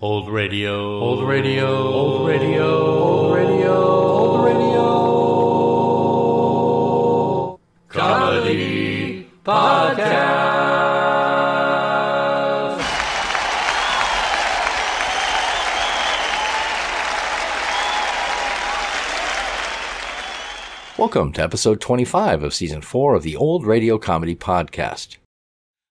Old radio, old radio, old radio, old radio, old radio. Comedy podcast. Welcome to episode 25 of season 4 of the Old Radio Comedy Podcast.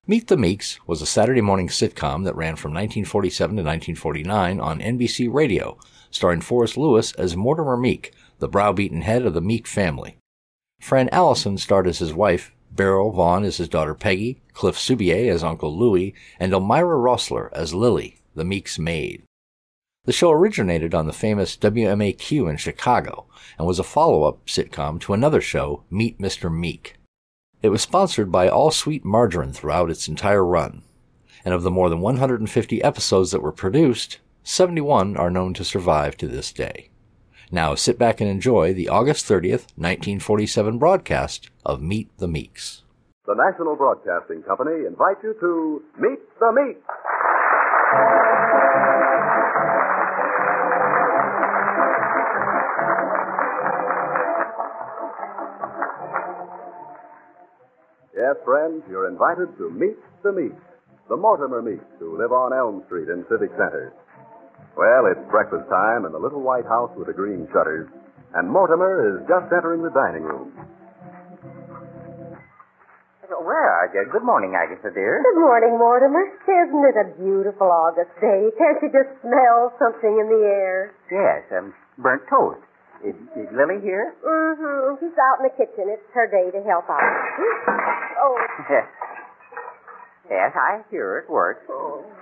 Meet the Meeks was a Saturday morning sitcom that ran from 1947 to 1949 on NBC Radio, starring Forrest Lewis as Mortimer Meek, the browbeaten head of the Meek family. Fran Allison starred as his wife, Beryl Vaughn as his daughter Peggy, Cliff Subier as Uncle Louie, and Elmira Rossler as Lily, the Meek's maid. The show originated on the famous WMAQ in Chicago and was a follow-up sitcom to another show, Meet Mr. Meek. It was sponsored by All Sweet Margarine throughout its entire run. And of the more than 150 episodes that were produced, 71 are known to survive to this day. Now sit back and enjoy the August 30th, 1947 broadcast of Meet the Meeks. The National Broadcasting Company invites you to Meet the Meek. Yes, friends, you're invited to Meet the Meek, the Mortimer Meeks who live on Elm Street in Civic Center. Well, it's breakfast time in the little white house with the green shutters, and Mortimer is just entering the dining room. Well, Ida, good morning, Agatha, dear. Good morning, Mortimer. Isn't it a beautiful August day? Can't you just smell something in the air? Yes, um, burnt toast. Is, is Lily here? Mm-hmm. She's out in the kitchen. It's her day to help out. Oh, Yes. Yes, I hear her at work.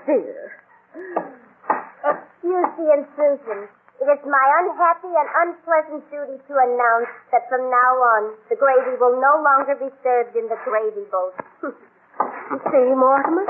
dear. Excuse the intrusion. It is my unhappy and unpleasant duty to announce that from now on, the gravy will no longer be served in the gravy boat. You see, Mortimer?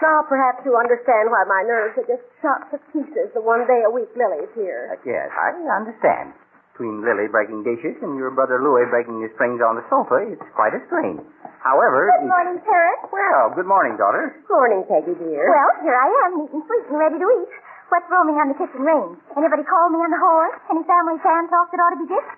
Now perhaps you understand why my nerves are just shot to pieces the one day a week Lily's here. Uh, yes, I understand. Between Lily breaking dishes and your brother Louis breaking his things on the sofa, it's quite a strain. However, Good it- morning, Parrot. Well, good morning, daughter. Morning, Peggy, dear. Well, here I am, neat and sweet and ready to eat. What's roaming on the kitchen range? Anybody call me on the horse? Any family fan talk that ought to be ditched?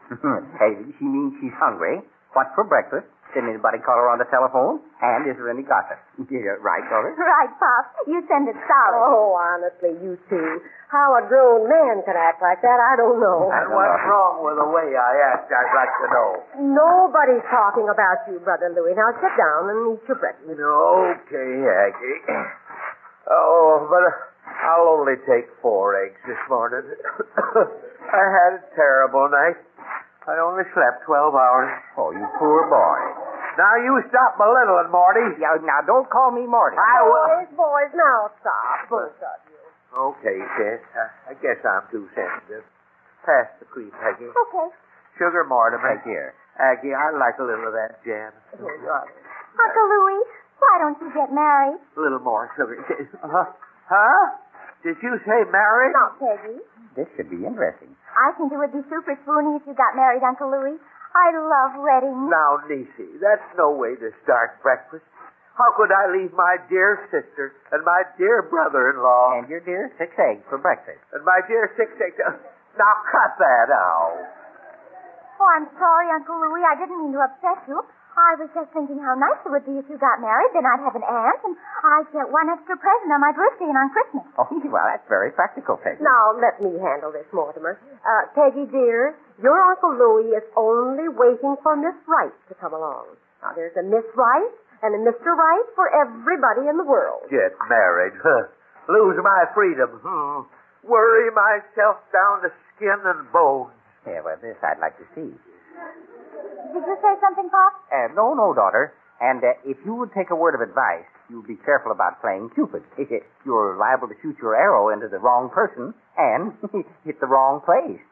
Hey, she means she's hungry. What for breakfast? Did anybody call her on the telephone? And is there any gossip? Yeah, right, daughter. Right, Pop. You send it solid. Oh, honestly, you two. How a grown man can act like that, I don't know. I don't know. wrong with the way I act, I'd like to know. Nobody's talking about you, Brother Louie. Now sit down and eat your breakfast. You know, okay, Aggie. Oh, but uh, I'll only take four eggs this morning. I had a terrible night. I only slept 12 hours. Oh, you poor boy. Now you stop belittling, Marty. Yeah, now don't call me Marty. I will. Boys, boys, now stop, both of you. Okay, sis. I, I guess I'm too sensitive. Pass the cream, Aggie. Oh. Okay. Sugar, Mortimer. Right here. Aggie, I'd like a little of that jam. Oh, Uncle Louis, why don't you get married? A little more sugar. huh? Huh? Did you say marriage? Now, Peggy. This should be interesting. I think it would be super spoony if you got married, Uncle Louis. I love weddings. Now, Niecy, that's no way to start breakfast. How could I leave my dear sister and my dear brother-in-law And your dear six eggs for breakfast. and my dear six six? Now cut that out. Oh, I'm sorry, Uncle Louis. I didn't mean to upset you. I was just thinking how nice it would be if you got married. Then I'd have an aunt, and I'd get one extra present on my birthday and on Christmas. Oh, well, that's very practical, Peggy. Now, let me handle this, Mortimer. Uh, Peggy, dear, your Uncle Louis is only waiting for Miss Wright to come along. Now, there's a Miss Wright and a Mr. Wright for everybody in the world. Get married, huh? Lose my freedom, hmm? Worry myself down to skin and bone. Yeah, well, this I'd like to see. Did you say something, Pop? Uh, no, no, daughter. And uh, if you would take a word of advice, you'd be careful about playing Cupid. You're liable to shoot your arrow into the wrong person and hit the wrong place.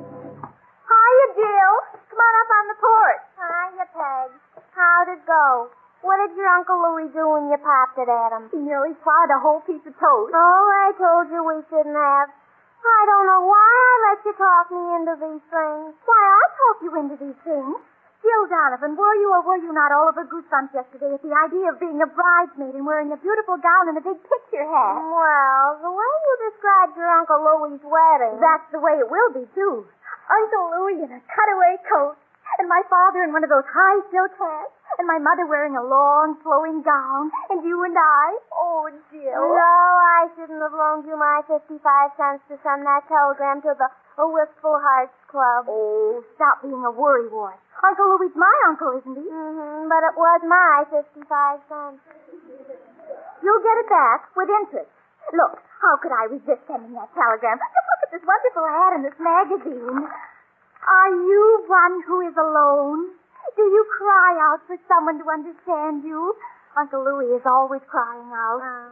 Hiya, Jill. Come on up on the porch. Hiya, Peg. How'd it go? What did your Uncle Louis do when you popped it at him? He nearly fried a whole piece of toast. Oh, I told you we shouldn't have. I don't know you talk me into these things? Why, I talk you into these things. Jill Donovan, were you or were you not all over goosebumps yesterday at the idea of being a bridesmaid and wearing a beautiful gown and a big picture hat? Well, the way you described your Uncle Louie's wedding. That's the way it will be, too. Uncle Louie in a cutaway coat, and my father in one of those high silk hats, and my mother wearing a long flowing gown, and you and I. Oh, Jill. No, I shouldn't have loaned you my 55 cents to send that telegram to the Wistful Hearts Club. Oh, stop being a worrywart. Uncle Louie's my uncle, isn't he? hmm but it was my 55 cents. You'll get it back with interest. Look, how could I resist sending that telegram? Just look at this wonderful ad in this magazine. Are you one who is alone? Do you cry out for someone to understand you? Uncle Louis is always crying out. Oh.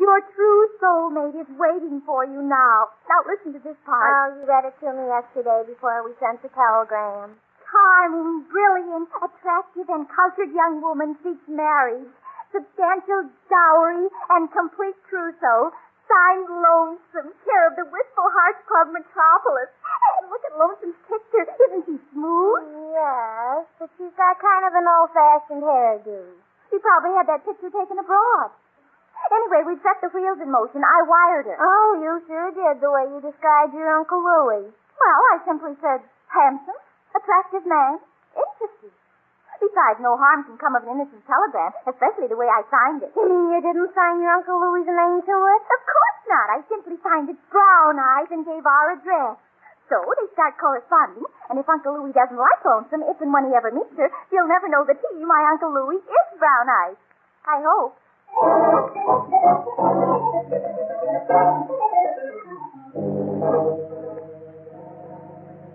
Your true soulmate is waiting for you now. Now listen to this part. Oh, you read it to me yesterday before we sent the telegram. charming, brilliant, attractive, and cultured young woman seeks marriage, substantial dowry, and complete trousseau. Signed Lonesome, care of the Wistful Hearts Club Metropolis. And look at Lonesome's picture. Isn't he smooth? Yes, but she's got kind of an old-fashioned hairdo. She probably had that picture taken abroad. Anyway, we've set the wheels in motion. I wired her. Oh, you sure did the way you described your Uncle Louie. Well, I simply said, handsome, attractive man, interesting. Besides, no harm can come of an innocent telegram, especially the way I signed it. You mean you didn't sign your Uncle Louie's name to it? Of course not. I simply signed it Brown Eyes and gave our address. So they start corresponding, and if Uncle Louie doesn't like Lonesome, if and when he ever meets her, he'll never know that he, my Uncle Louie, is Brown Eyes. I hope.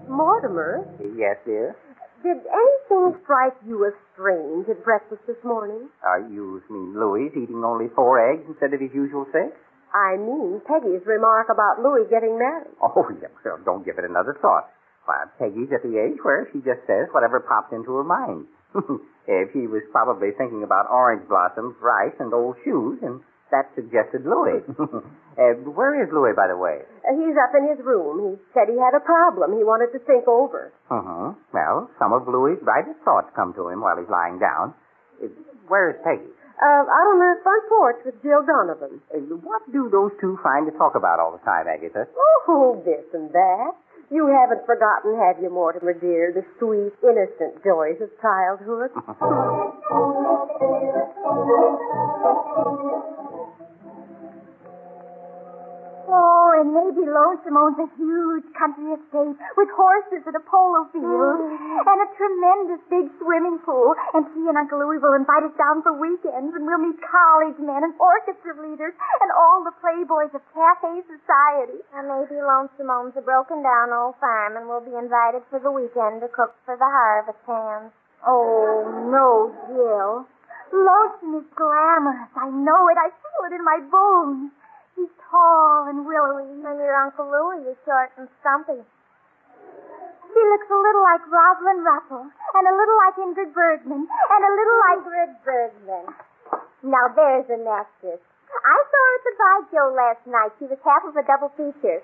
Mortimer, Yes, dear. did anything strike you as strange at breakfast this morning? Are you, I mean, Louis eating only four eggs instead of his usual six? I mean Peggy's remark about Louis getting married. Oh, yeah, well, don't give it another thought. Why, Peggy's at the age where she just says whatever pops into her mind. if she was probably thinking about orange blossoms, rice, and old shoes, and that suggested Louis. uh, where is Louis, by the way? Uh, He's up in his room. He said he had a problem he wanted to think over. Uh-huh. Well, some of Louis's brightest thoughts come to him while he's lying down. Uh, Where is Peggy? Uh, out on the front porch with Jill Donovan. Uh, What do those two find to talk about all the time, Agatha? Oh, this and that. You haven't forgotten, have you, Mortimer, dear, the sweet, innocent joys of childhood? Oh, and maybe Lonesome owns a huge country estate with horses and a polo field Mm. and a tremendous big swimming pool. And he and Uncle Louis will invite us down for weekends, and we'll meet college men and orchestra leaders and all the playboys of cafe society. Or maybe Lonesome owns a broken-down old farm and will be invited for the weekend to cook for the harvest hams. Oh, no, Jill. Lonesome is glamorous. I know it. I feel it in my bones. He's tall and willowy. And your Uncle Louie is short and stumpy. He looks a little like Rosalind Russell, and a little like Ingrid Bergman, and a little like. Ingrid Bergman. Now there's a nemesis. I saw her at the Bijo last night. She was half of a double feature.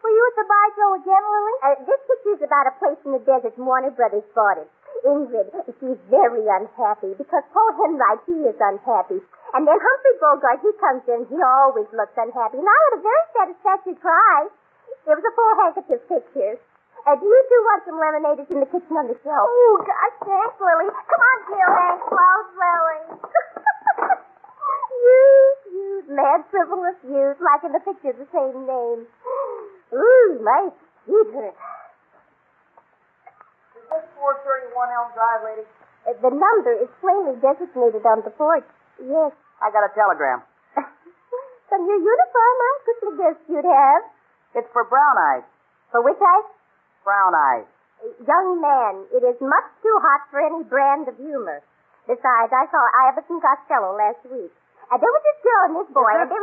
Were you at the Bijo again, Lily? Uh, this picture's about a place in the desert, and Warner Brothers bought it. Ingrid, she's very unhappy because Paul Henright, he is unhappy. And then Humphrey Bogart, he comes in, he always looks unhappy. And I had a very satisfactory try. It was a four handkerchief picture. Uh, do you two want some lemonade? It's in the kitchen on the shelf. Oh, gosh, thanks, Lily. Come on, Jill. Thanks, Rose Lily. youth, youth, mad frivolous youth, like in the picture of the same name. Ooh, my feet hurt. 431 Elm Drive, lady. Uh, The number is plainly designated on the porch. Yes. I got a telegram. From your uniform, I quickly guessed you'd have. It's for brown eyes. For which I, Brown eyes. uh, young man, it is much too hot for any brand of humor. Besides, I saw Iverson Costello last week. And there was this girl and this boy, and Is they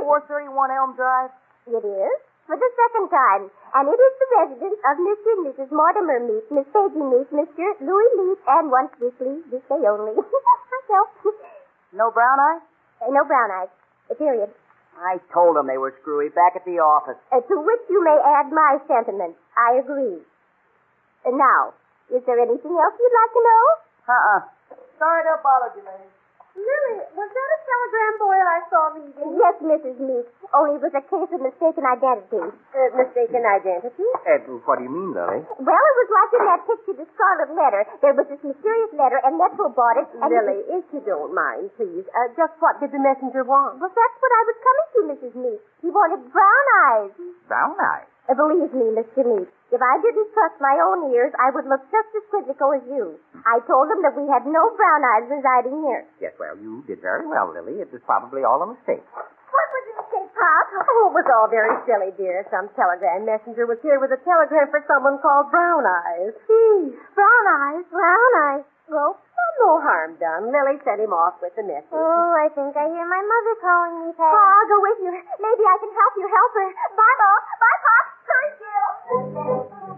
were... this 431 Elm Drive? It is, for the second time, and it is the residence of Mr. and Mrs. Mortimer Meek, Miss Peggy Meek, Mr. Louis Meek, and once weekly, this day only, myself. No brown eyes? Uh, no brown eyes. Uh, period. I told them they were screwy back at the office. Uh, to which you may add my sentiments. I agree. Uh, now, is there anything else you'd like to know? Uh-uh. Sorry to have bothered you, lady. Lily, was that a telegram boy I saw leaving? Yes, Mrs. Meeks, only it was a case of mistaken identity. Uh, mistaken identity? Eh, Ed, what do you mean, Lily? Well, it was like in that picture, the scarlet letter. There was this mysterious letter, and Metro bought it. And Lily, if you don't mind, please, uh, just what did the messenger want? Well, that's what I was coming to, Mrs. Meeks. He wanted brown eyes. Brown eyes. Uh, Believe me, Mr. Meeks, if I didn't trust my own ears, I would look just as quizzical as you. I told him that we had no brown eyes residing here. Yes, well, you did very well, Lily. It was probably all a mistake. What was the mistake, Pop? Oh, it was all very silly, dear. Some telegram messenger was here with a telegram for someone called Brown Eyes. Gee, brown eyes, brown eyes. Well, no harm done. Lily sent him off with the message. Oh, I think I hear my mother calling me, Peg. Pa, I'll go with you. Maybe I can help you help her. Bye, Ma. Bye, Pop. Hurry, Jill.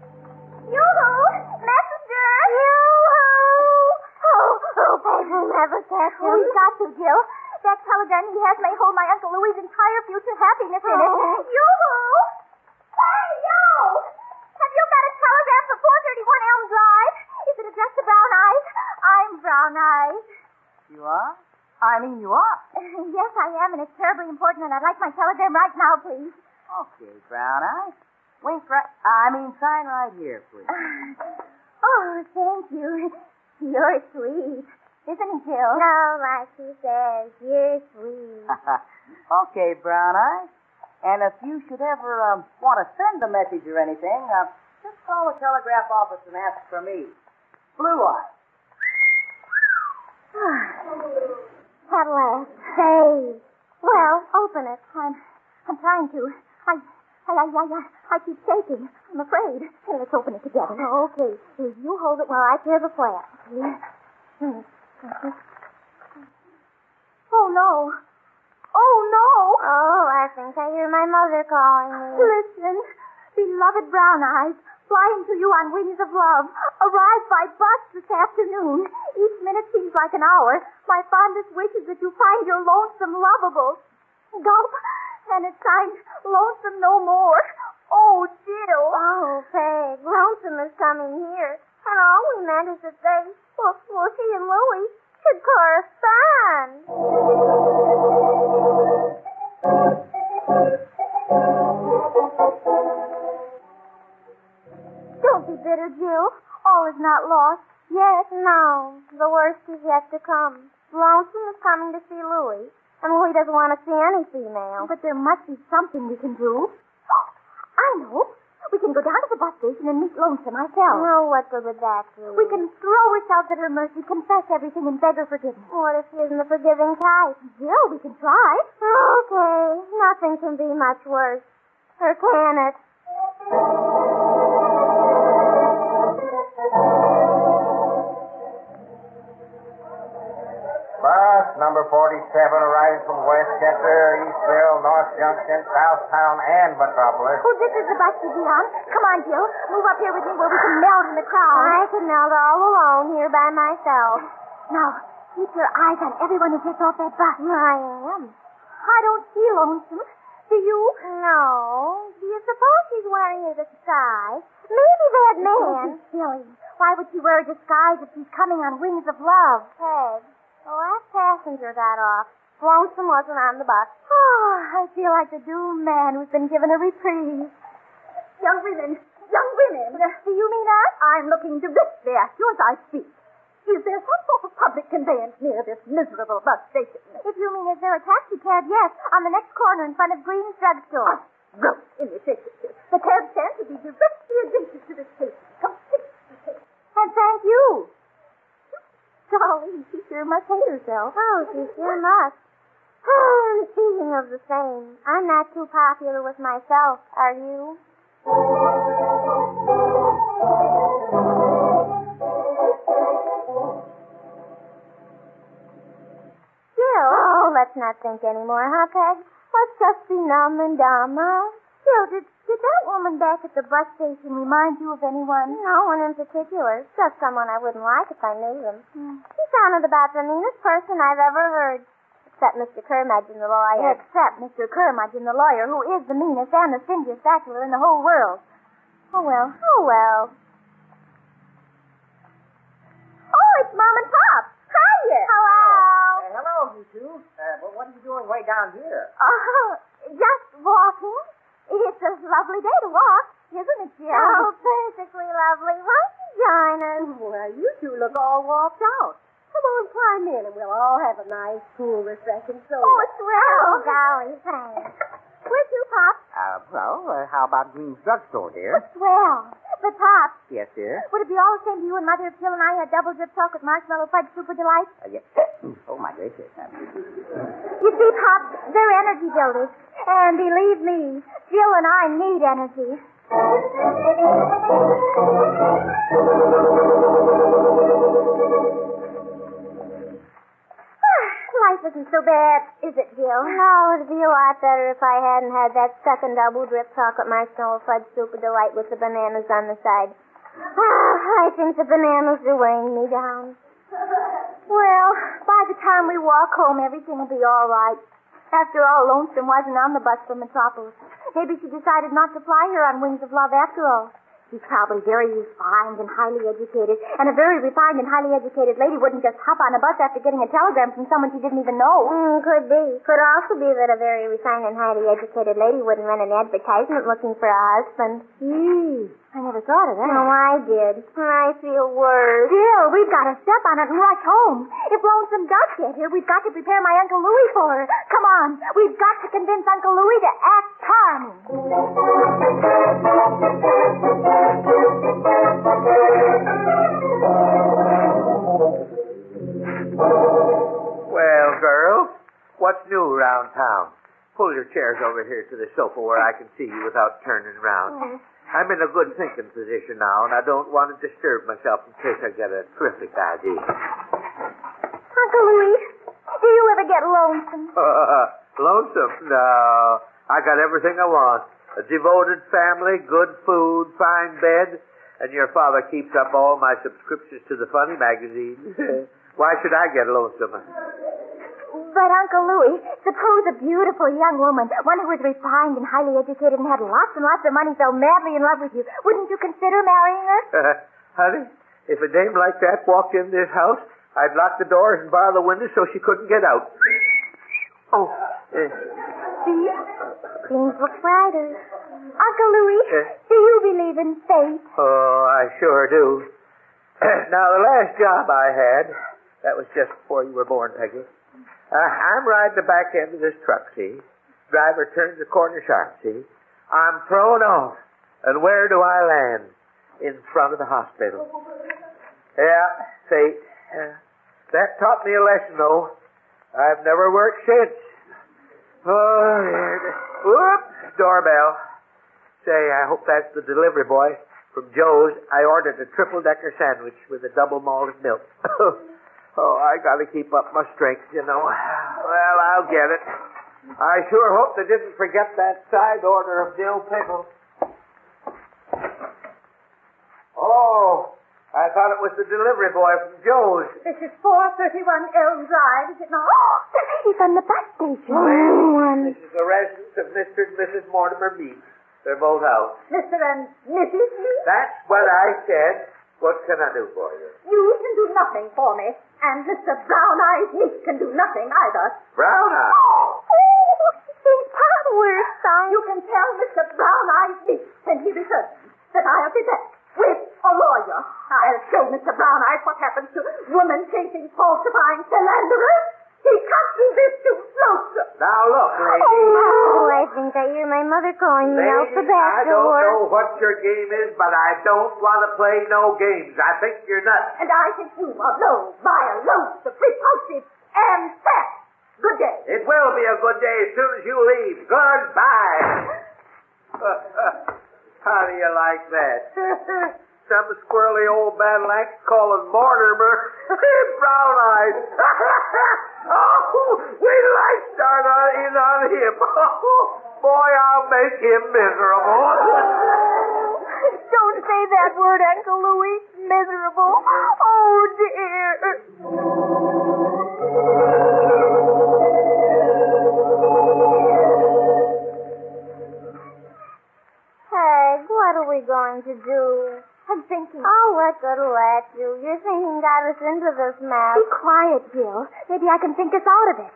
Yoo-hoo! Messenger! Yoo-hoo! Oh, oh, Peg will never catch him. We've got to, Jill. That telegram he has may hold my Uncle Louis' entire future happiness in it. Oh. Yoo-hoo! Hey, you! Have you got a telegram for 431 Elm Drive? Is it addressed to Brown Eyes? I'm Brown Eyes. You are? I mean, you are. yes, I am, and it's terribly important, and I'd like my telegram right now, please. Okay, brown eyes. Wink right. I mean, sign right here, please. Oh, thank you. You're sweet. Isn't he, Jill? No, like he says, you're sweet. okay, brown eyes. And if you should ever um, want to send a message or anything, uh, just call the telegraph office and ask for me. Blue eyes. At last. Hey. Well, open it. I'm, I'm trying to. I, I, I, I, I keep shaking. I'm afraid. Here, let's open it together. Okay, you hold it while I tear the flap. Oh no. Oh no. Oh, I think I hear my mother calling me. Listen, beloved brown eyes, flying to you on wings of love, arrive by bus this afternoon. Each minute seems like an hour. My fondest wish is that you find your lonesome lovable. Gulp, and it's signed lonesome no more. Oh, Jill. Oh, Peg, Lonesome is coming here. And all we meant is that they, well, well she and Louie, should correspond. Don't be bitter, Jill. All is not lost. Yes, no. The worst is yet to come. Lonesome is coming to see Louie, and Louie doesn't want to see any female. But there must be something we can do. I know. We can go down to the bus station and meet Lonesome ourselves. Oh, what good would that do? We can throw ourselves at her mercy, confess everything, and beg her forgiveness. What if she isn't the forgiving type? Jill, we can try. Okay, nothing can be much worse. Or can it? Bus number 47 arriving from Westchester, Eastville, North Junction, Southtown, and Metropolis. Oh, this is the bus to be on. Come on, Jill. Move up here with me where we can melt in the crowd. I can melt all alone here by myself. Now, keep your eyes on everyone who gets off that bus. I am. I don't see Lonesome. Do you? No. Do you suppose she's wearing a disguise? Maybe that man. Don't be silly. Why would she wear a disguise if she's coming on wings of love? Peg, Oh, the last passenger got off. Lonesome wasn't on the bus. Oh, I feel like the doomed man who's been given a reprieve. Mm, Young women, young women. Do you mean us? I'm looking directly at you as I speak. Is there some sort of public conveyance near this miserable bus station? If you mean is there a taxi cab, yes, on the next corner in front of Green's drugstore. Gross imitation. The cab stands to be directly adjacent to the station. Complete station. And thank you. Golly, she sure must hate herself. Oh, she sure must. And Speaking of the same, I'm not too popular with myself, are you? Jill. Oh, let's not think anymore, huh, Peg? Let's just be numb and dumb, huh? Mildred, did that woman back at the bus station remind you of anyone? No one in particular. Just someone I wouldn't like if I knew them. Hmm. She sounded about the meanest person I've ever heard. Except Mr. Curmudgeon, the lawyer. Except Mr. Curmudgeon, the lawyer, who is the meanest and the stingiest bachelor in the whole world. Oh, well. Oh, well. Oh, it's Mom and Pop. Hiya. Hello. Uh, Oh, hello, you two. Uh, well, what are you doing way down here? Oh, Uh, just walking. It's a lovely day to walk, isn't it, Jerry? Oh, perfectly lovely. Won't you join us? Well, you two look all walked out. Come on, climb in, and we'll all have a nice, cool, refreshing soda. Oh, it's swell. Oh, golly, thanks. Where to, Pop? Uh, well, uh, how about Green's drugstore, dear? Swell. But, Pop, Yes, dear. would it be all the same to you and Mother if Jill and I had double drip chocolate marshmallow fudge super delight? Uh, yes. Oh, my gracious. Uh, You see, Pop, they're energy builders. And believe me, Jill and I need energy. Life isn't so bad, is it, Jill? No, it'd be a lot better if I hadn't had that second double drip chocolate marshmallow fudge super delight with the bananas on the side. Ah, I think the bananas are weighing me down. Well, by the time we walk home, everything will be all right. After all, Lonesome wasn't on the bus for Metropolis. Maybe she decided not to fly her on Wings of Love after all. She's probably very refined and highly educated, and a very refined and highly educated lady wouldn't just hop on a bus after getting a telegram from someone she didn't even know. Mm, could be. Could also be that a very refined and highly educated lady wouldn't run an advertisement looking for a husband. Gee, I never thought of that. No, I did. I feel worse. Still, we've got to step on it and rush home. If Lonesome does get here, we've got to prepare my Uncle Louis for her. Come on, we've got to convince Uncle Louis to act charming. Well, girls, what's new around town? Pull your chairs over here to the sofa where I can see you without turning around. Mm-hmm. I'm in a good thinking position now, and I don't want to disturb myself in case I get a terrific idea. Uncle Louis, do you ever get lonesome? Lonesome? No. I got everything I want. A devoted family, good food, fine bed, and your father keeps up all my subscriptions to the funny magazine. Why should I get lonesome? But Uncle Louis, suppose a beautiful young woman, one who was refined and highly educated and had lots and lots of money, fell madly in love with you. Wouldn't you consider marrying her? honey, if a dame like that walked in this house, I'd lock the doors and bar the windows so she couldn't get out. Oh, eh, See? Things look brighter. Uncle Louis, Yes. do you believe in fate? oh, I sure do. now, the last job I had, that was just before you were born, Peggy. Uh, I'm riding the back end of this truck, see? Driver turns the corner sharp, see? I'm thrown off. And where do I land? In front of the hospital. Yeah, fate. Yeah. That taught me a lesson, though. I've never worked since. Oh, yeah. Whoop! Doorbell. Say, I hope that's the delivery boy. From Joe's, I ordered a triple-decker sandwich with a double malted milk. oh, I gotta keep up my strength, you know. Well, I'll get it. I sure hope they didn't forget that side order of dill pickles. Oh, I thought it was the delivery boy from Joe's. this is 431 Elm Drive, is it not? Oh, He's on the bus station. This is the residence of Mr. and Mrs. Mortimer Meeks. They're both out. Mr. and Mrs. Meeks, That's what I said. What can I do for you? you can do nothing for me, and Mr. Brown Eyes Meeks can do nothing either. Brown eye. We're sorry. You can tell Mr. Brown Eyes Meeks when he returns that I'll be back with a lawyer. Ah, I'll show Mr. Brown Eyes what happens to women chasing, falsifying philanderers. He can't do this to Lonesome. Now look, lady. Oh, I think I hear my mother calling me out the Lady, back I don't door. know what your game is, but I don't want to play no games. I think you're nuts. And I think you are low, vile, loathsome, repulsive, and fat. Good day. It will be a good day as soon as you leave. Goodbye. How do you like that? Some squirrely old battle axe calling Mortimer brown eyes. oh, we like start on in on him. Boy, I'll make him miserable. Don't say that word, Uncle Louis. Miserable. Oh, dear. Peg, what are we going to do? I'm thinking. Oh, we're good to let you. Your thinking got us into this mess. Be quiet, Bill. Maybe I can think us out of it.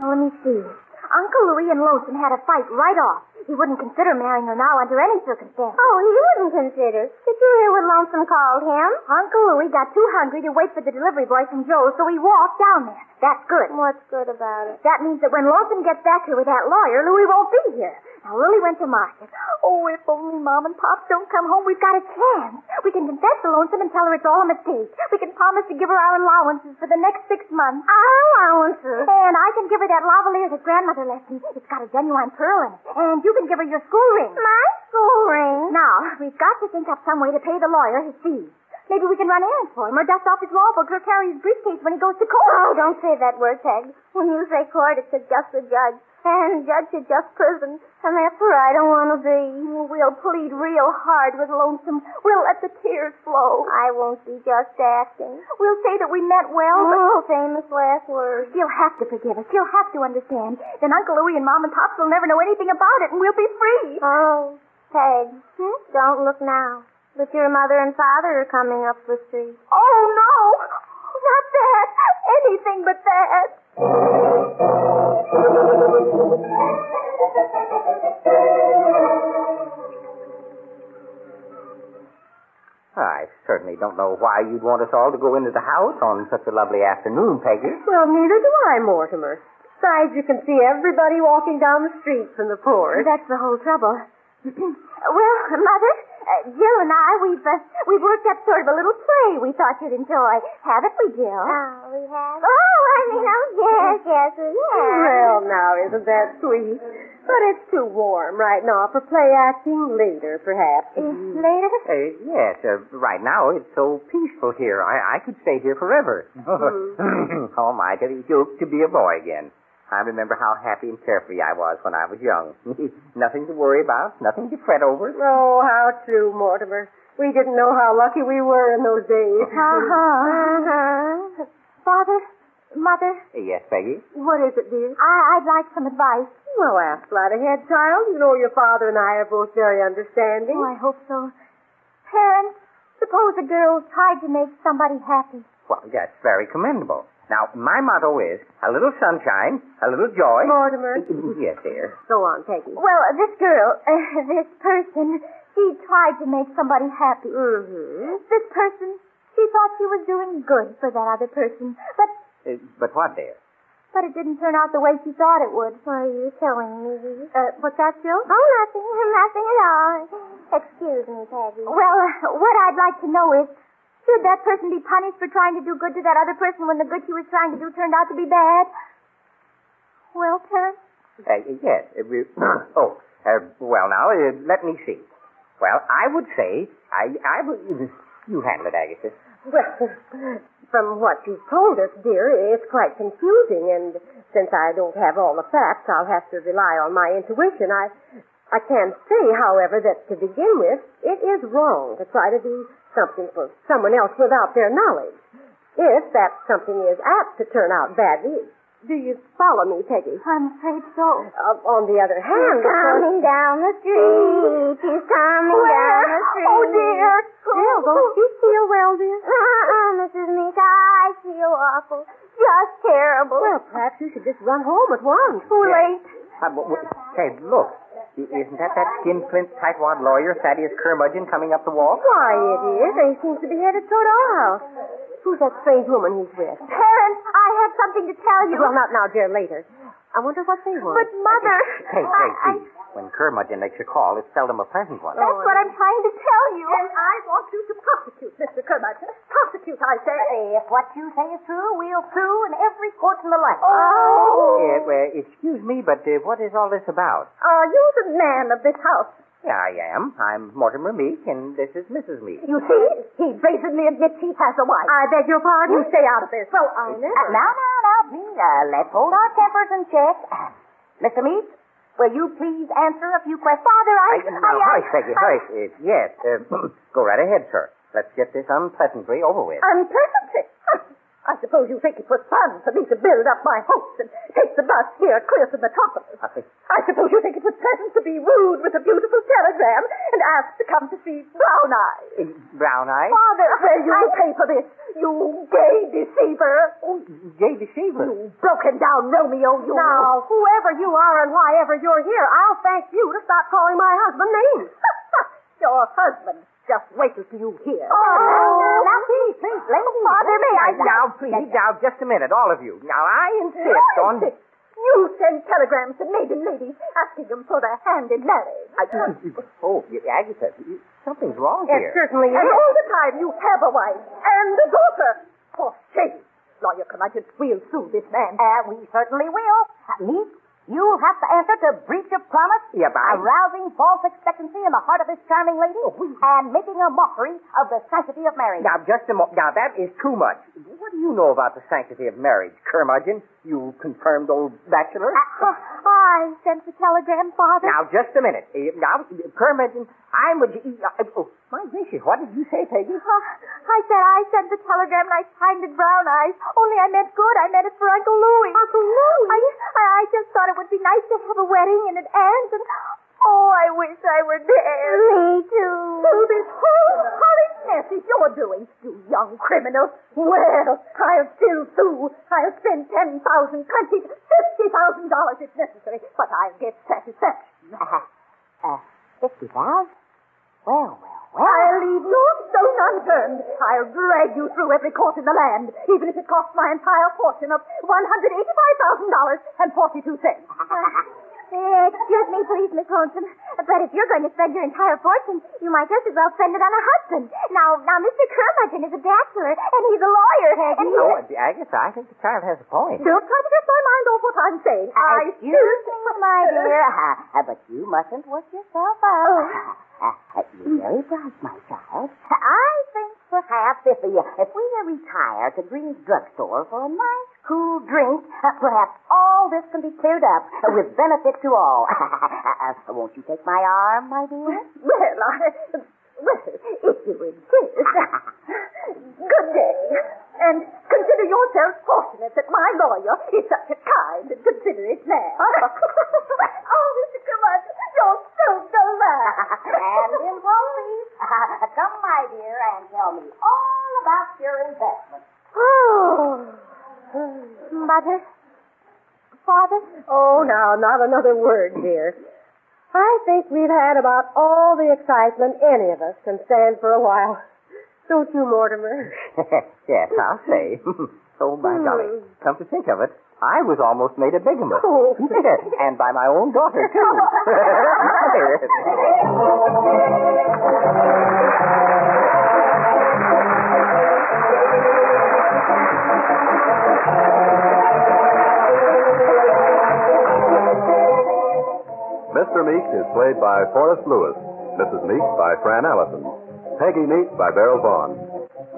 Now, let me see. Uncle Louis and Lonesome had a fight right off. He wouldn't consider marrying her now under any circumstances. Oh, he wouldn't consider. Did you hear what Lonesome called him? Uncle Louis got too hungry to wait for the delivery boy from Joe's, so he walked down there. That's good. What's good about it? That means that when Lonesome gets back here with that lawyer, Louis won't be here. Now, Lily went to market. Oh, if only Mom and Pop don't come home, we've got a chance. We can confess to Lonesome and tell her it's all a mistake. We can promise to give her our allowances for the next six months. Our allowances? And I can give her that lavalier that Grandmother left me. It's got a genuine pearl in it. And you can give her your school ring. My school ring? Now, we've got to think up some way to pay the lawyer his fees. Maybe we can run errands for him or dust off his law books or carry his briefcase when he goes to court. Oh, don't say that word, Peg. When you say court, it's a just a judge. And judge a just prison. And that's where I don't want to be. We'll plead real hard with Lonesome. We'll let the tears flow. I won't be just acting. We'll say that we meant well, but... Oh, famous last words. He'll have to forgive us. He'll have to understand. Then Uncle Louie and Mom and Pops will never know anything about it, and we'll be free. Oh, Peg, hmm? don't look now. But your mother and father are coming up the street. Oh, no! Not that! Anything but that! I certainly don't know why you'd want us all to go into the house on such a lovely afternoon, Peggy. Well, neither do I, Mortimer. Besides, you can see everybody walking down the street from the porch. That's the whole trouble. well, Mother, uh, Jill and I, we've uh, we've worked up sort of a little play we thought you'd enjoy, haven't we, Jill? Oh, we have. Oh, I mean, oh yes, yes, we have. Well, now isn't that sweet? But it's too warm right now for play acting. Later, Uh-huh. perhaps. Mm. Later? Uh, yes. Uh, right now, it's so peaceful here. I, I could stay here forever. Mm. oh my, it's to be a boy again. I remember how happy and carefree I was when I was young. nothing to worry about, nothing to fret over. Oh, how true, Mortimer. We didn't know how lucky we were in those days. uh-huh. Uh-huh. Father, Mother. Yes, Peggy. What is it, dear? I, would like some advice. Well, ask right ahead, child. You know your father and I are both very understanding. Oh, I hope so. Parents, suppose a girl tried to make somebody happy. Well, that's very commendable. Now, my motto is a little sunshine, a little joy. Mortimer. yes, dear. Go on, Peggy. Well, this girl, uh, this person, she tried to make somebody happy. Mm-hmm. This person, she thought she was doing good for that other person, but. Uh, but what, dear? But it didn't turn out the way she thought it would. What are you telling me? Uh, what's that, Jill? Oh, nothing, nothing at all. Excuse me, Peggy. Well, uh, what I'd like to know is, should that person be punished for trying to do good to that other person when the good she was trying to do turned out to be bad? Well, Terence? Uh, yes. Uh, we, oh, uh, well, now, let me see. Well, I would say, I, I would. You handle it, Agatha. Well, from what you've told us, dear, it's quite confusing, and since I don't have all the facts, I'll have to rely on my intuition. I, I can say, however, that to begin with, it is wrong to try to do something for someone else without their knowledge. If that something is apt to turn out badly, do you follow me, Peggy? I'm afraid so. Uh, on the other hand, he's coming course... down the street. He's coming Where? down the street. Oh dear, Jill, don't you feel well, dear? Uh-uh, Mrs. Meek, I feel awful, just terrible. Well, perhaps you should just run home at once. Too yes. late. Uh, w- w- hey, look. Isn't that that skinflint, tightwad lawyer, Thaddeus Curmudgeon, coming up the walk? Why, it is. He seems to be headed toward our house. Who's that strange woman he's with? Parents, I have something to tell you. Well, not now, dear, later. I wonder what they want. But, Mother... Hey, hey, I, hey. I... When Curmudgeon makes a call, it's seldom a pleasant one. That's oh, what I'm trying to tell you. And I want you to prosecute, Mr. Curmudgeon. Prosecute, I say. If what you say is true, we'll sue in every court in the land. Oh! Uh, well, excuse me, but uh, what is all this about? Are you the man of this house? Yeah, I am. I'm Mortimer Meek, and this is Mrs. Meek. You see? He brazenly admits he has a wife. I beg your You pardon? stay out of this. Well, I never... Uh, now, now, now, Vina, let's hold our tempers in check. Mr. Meek, Will you please answer a few questions? Father, I, I... now, hush, Peggy, hush. Uh, yes, uh, go right ahead, sir. Let's get this unpleasantry over with. Unpleasantly. I suppose you think it was fun for me to build up my hopes and take the bus here clear to Metropolis. Uh, I suppose you think it was pleasant to be wooed with a beautiful telegram and asked to come to see Brown Eyes. uh, brown eyes? Father, will you pay for this? You gay deceiver. Jay Deceiver. You broken down Romeo, you. Now, whoever you are and why ever you're here, I'll thank you to stop calling my husband names. Your husband. Just wait till you hear. Oh, now, now, please, please, Oh, lady. Father, may I Now, please, now, just a minute, all of you. Now, I insist on... You send telegrams to maiden ladies asking them for their hand in marriage. I, oh, Agatha, you- something's wrong It here. certainly is. And all the time you have a wife and a daughter. Poor shame. Lawyer Curmudgeon, we'll sue this man. Eh, Uh, we certainly will. Meek, you'll have to answer to breach of promise, Yeah, but I... arousing false expectancy in the heart of this charming lady, Oh, and making a mockery of the sanctity of marriage. Now, just a mo- Now, that is too much. What do you know about the sanctity of marriage, curmudgeon? You confirmed old bachelor? Uh, I sent the telegram, Father. Now, just a minute. Eh, Now, curmudgeon, I'm with you. eh, Oh, my gracious, what did you say, Peggy? Uh, I said I sent the telegram and I signed it brown eyes. Only I meant good. I meant it for Uncle Louis. Uncle Louis? I, I, I just thought it would be nice to have a wedding in advance and oh, I wish I were there. Me too. So this whole horrid mess is your doing, you young criminal. Well, I'll still sue. I'll spend ten thousand, twenty, fifty thousand dollars if necessary, but I'll get satisfaction. Uh, 50,000? Well, well, well. I'll leave no stone unturned. I'll drag you through every court in the land, even if it costs my entire fortune of one hundred eighty-five thousand dollars and forty-two cents. Eh, Excuse me, please, Miss Lonesome. But if you're going to spend your entire fortune, you might just as well spend it on a husband. Now, now, Mr. Curmudgeon is a bachelor, and he's a lawyer, Peggy. Oh, Agatha, I think the child has a point. Don't try to get my mind off what I'm saying. I Excuse me, my dear. Uh, but you mustn't work yourself out. Oh. Uh, you're very bright, my child. I think perhaps if, we if we retire to Green's Drugstore for a nice cool drink, uh, perhaps all this can be cleared up uh, with benefit to all. Uh, won't you take my arm, my dear? Well, I. Well, if you insist. Good day. And consider yourself fortunate that my lawyer is such a kind and considerate man. oh, Mr. Curmudgeon, you're so and gallant. in Rosie's. Come, my dear, and tell me all about your investment. Mother, Father, oh, now, not another word, dear. I think we've had about all the excitement any of us can stand for a while. Don't you, Mortimer? yes, I'll say. oh, my golly. Come to think of it, I was almost made a bigamist. Oh. and by my own daughter, too. Mr. Meeks is played by Forrest Lewis, Mrs. Meeks by Fran Allison, Peggy Meeks by Beryl Vaughn.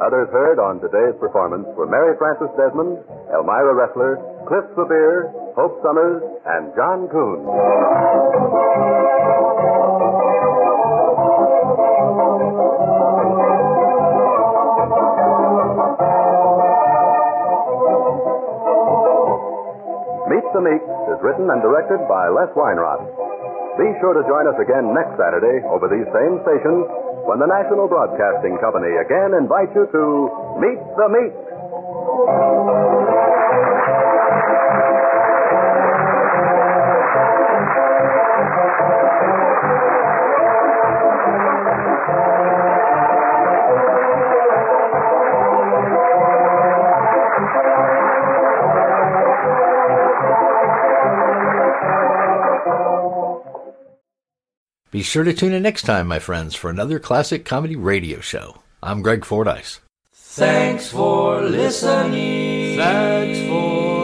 Others heard on today's performance were Mary Frances Desmond, Elmira Ressler, Cliff Sevier, Hope Summers, and John Coon. Meet the Meeks is written and directed by Les Weinrod. Be sure to join us again next Saturday over these same stations when the National Broadcasting Company again invites you to Meet the Meeks. Be sure to tune in next time, my friends, for another classic comedy radio show. I'm Greg Fordyce. Thanks for listening. Thanks for